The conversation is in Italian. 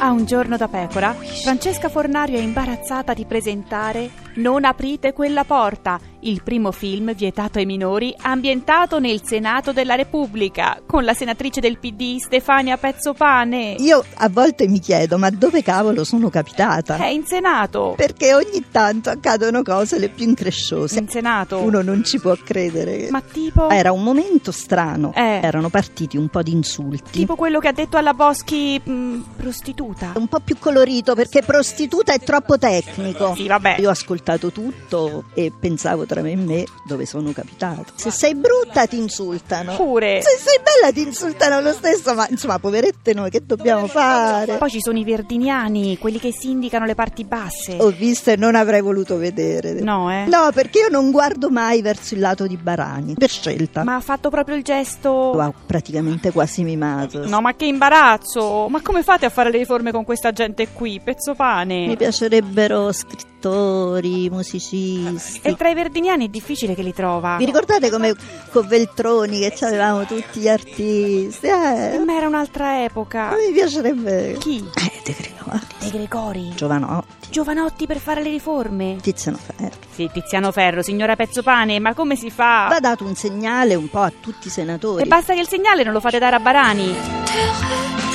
A un giorno da pecora, Francesca Fornario è imbarazzata di presentare Non aprite quella porta, il primo film vietato ai minori ambientato nel Senato della Repubblica, con la senatrice del PD Stefania Pezzopane. Io a volte mi chiedo, ma dove cavolo sono capitata? È in Senato! Perché ogni tanto accadono cose le più incresciose. In Senato! Uno non ci può credere. Ma tipo... Era un momento strano. Eh. Erano partiti un po' di insulti. Tipo quello che ha detto alla Boschi... mh, prostituta. un po' più colorito perché prostituta è troppo tecnico. Sì, vabbè. Io ho ascoltato tutto e pensavo tra me e me dove sono capitato. Se sei brutta ti insultano. Pure. Se sei bella ti insultano lo stesso, ma insomma, poverette noi che dobbiamo fare? Poi ci sono i verdiniani, quelli che sindicano le parti basse. Ho visto e non avrei voluto vedere. No, eh? No, perché io non guardo mai verso il lato di Barani, per scelta. Ma ha fatto proprio il gesto. Lo ha praticamente quasi mimato. No, ma che imbarazzo! Ma come fate a fare le riforme con questa gente qui? Pezzo Mi pane! piacerebbero scrittori, musicisti. E tra i verdiniani è difficile che li trova. Vi ricordate come con Veltroni che avevamo tutti gli artisti? Eh, Ma era un'altra epoca. mi piacerebbe. Chi? Eh, De Gregori, De Gregori. Giovanotti, Giovanotti per fare le riforme. Tiziano Ferro. Sì, Tiziano Ferro, signora Pezzopane, ma come si fa? Va dato un segnale un po' a tutti i Ah. E senatori. basta che il segnale non lo fate dare a Barani. t'heureux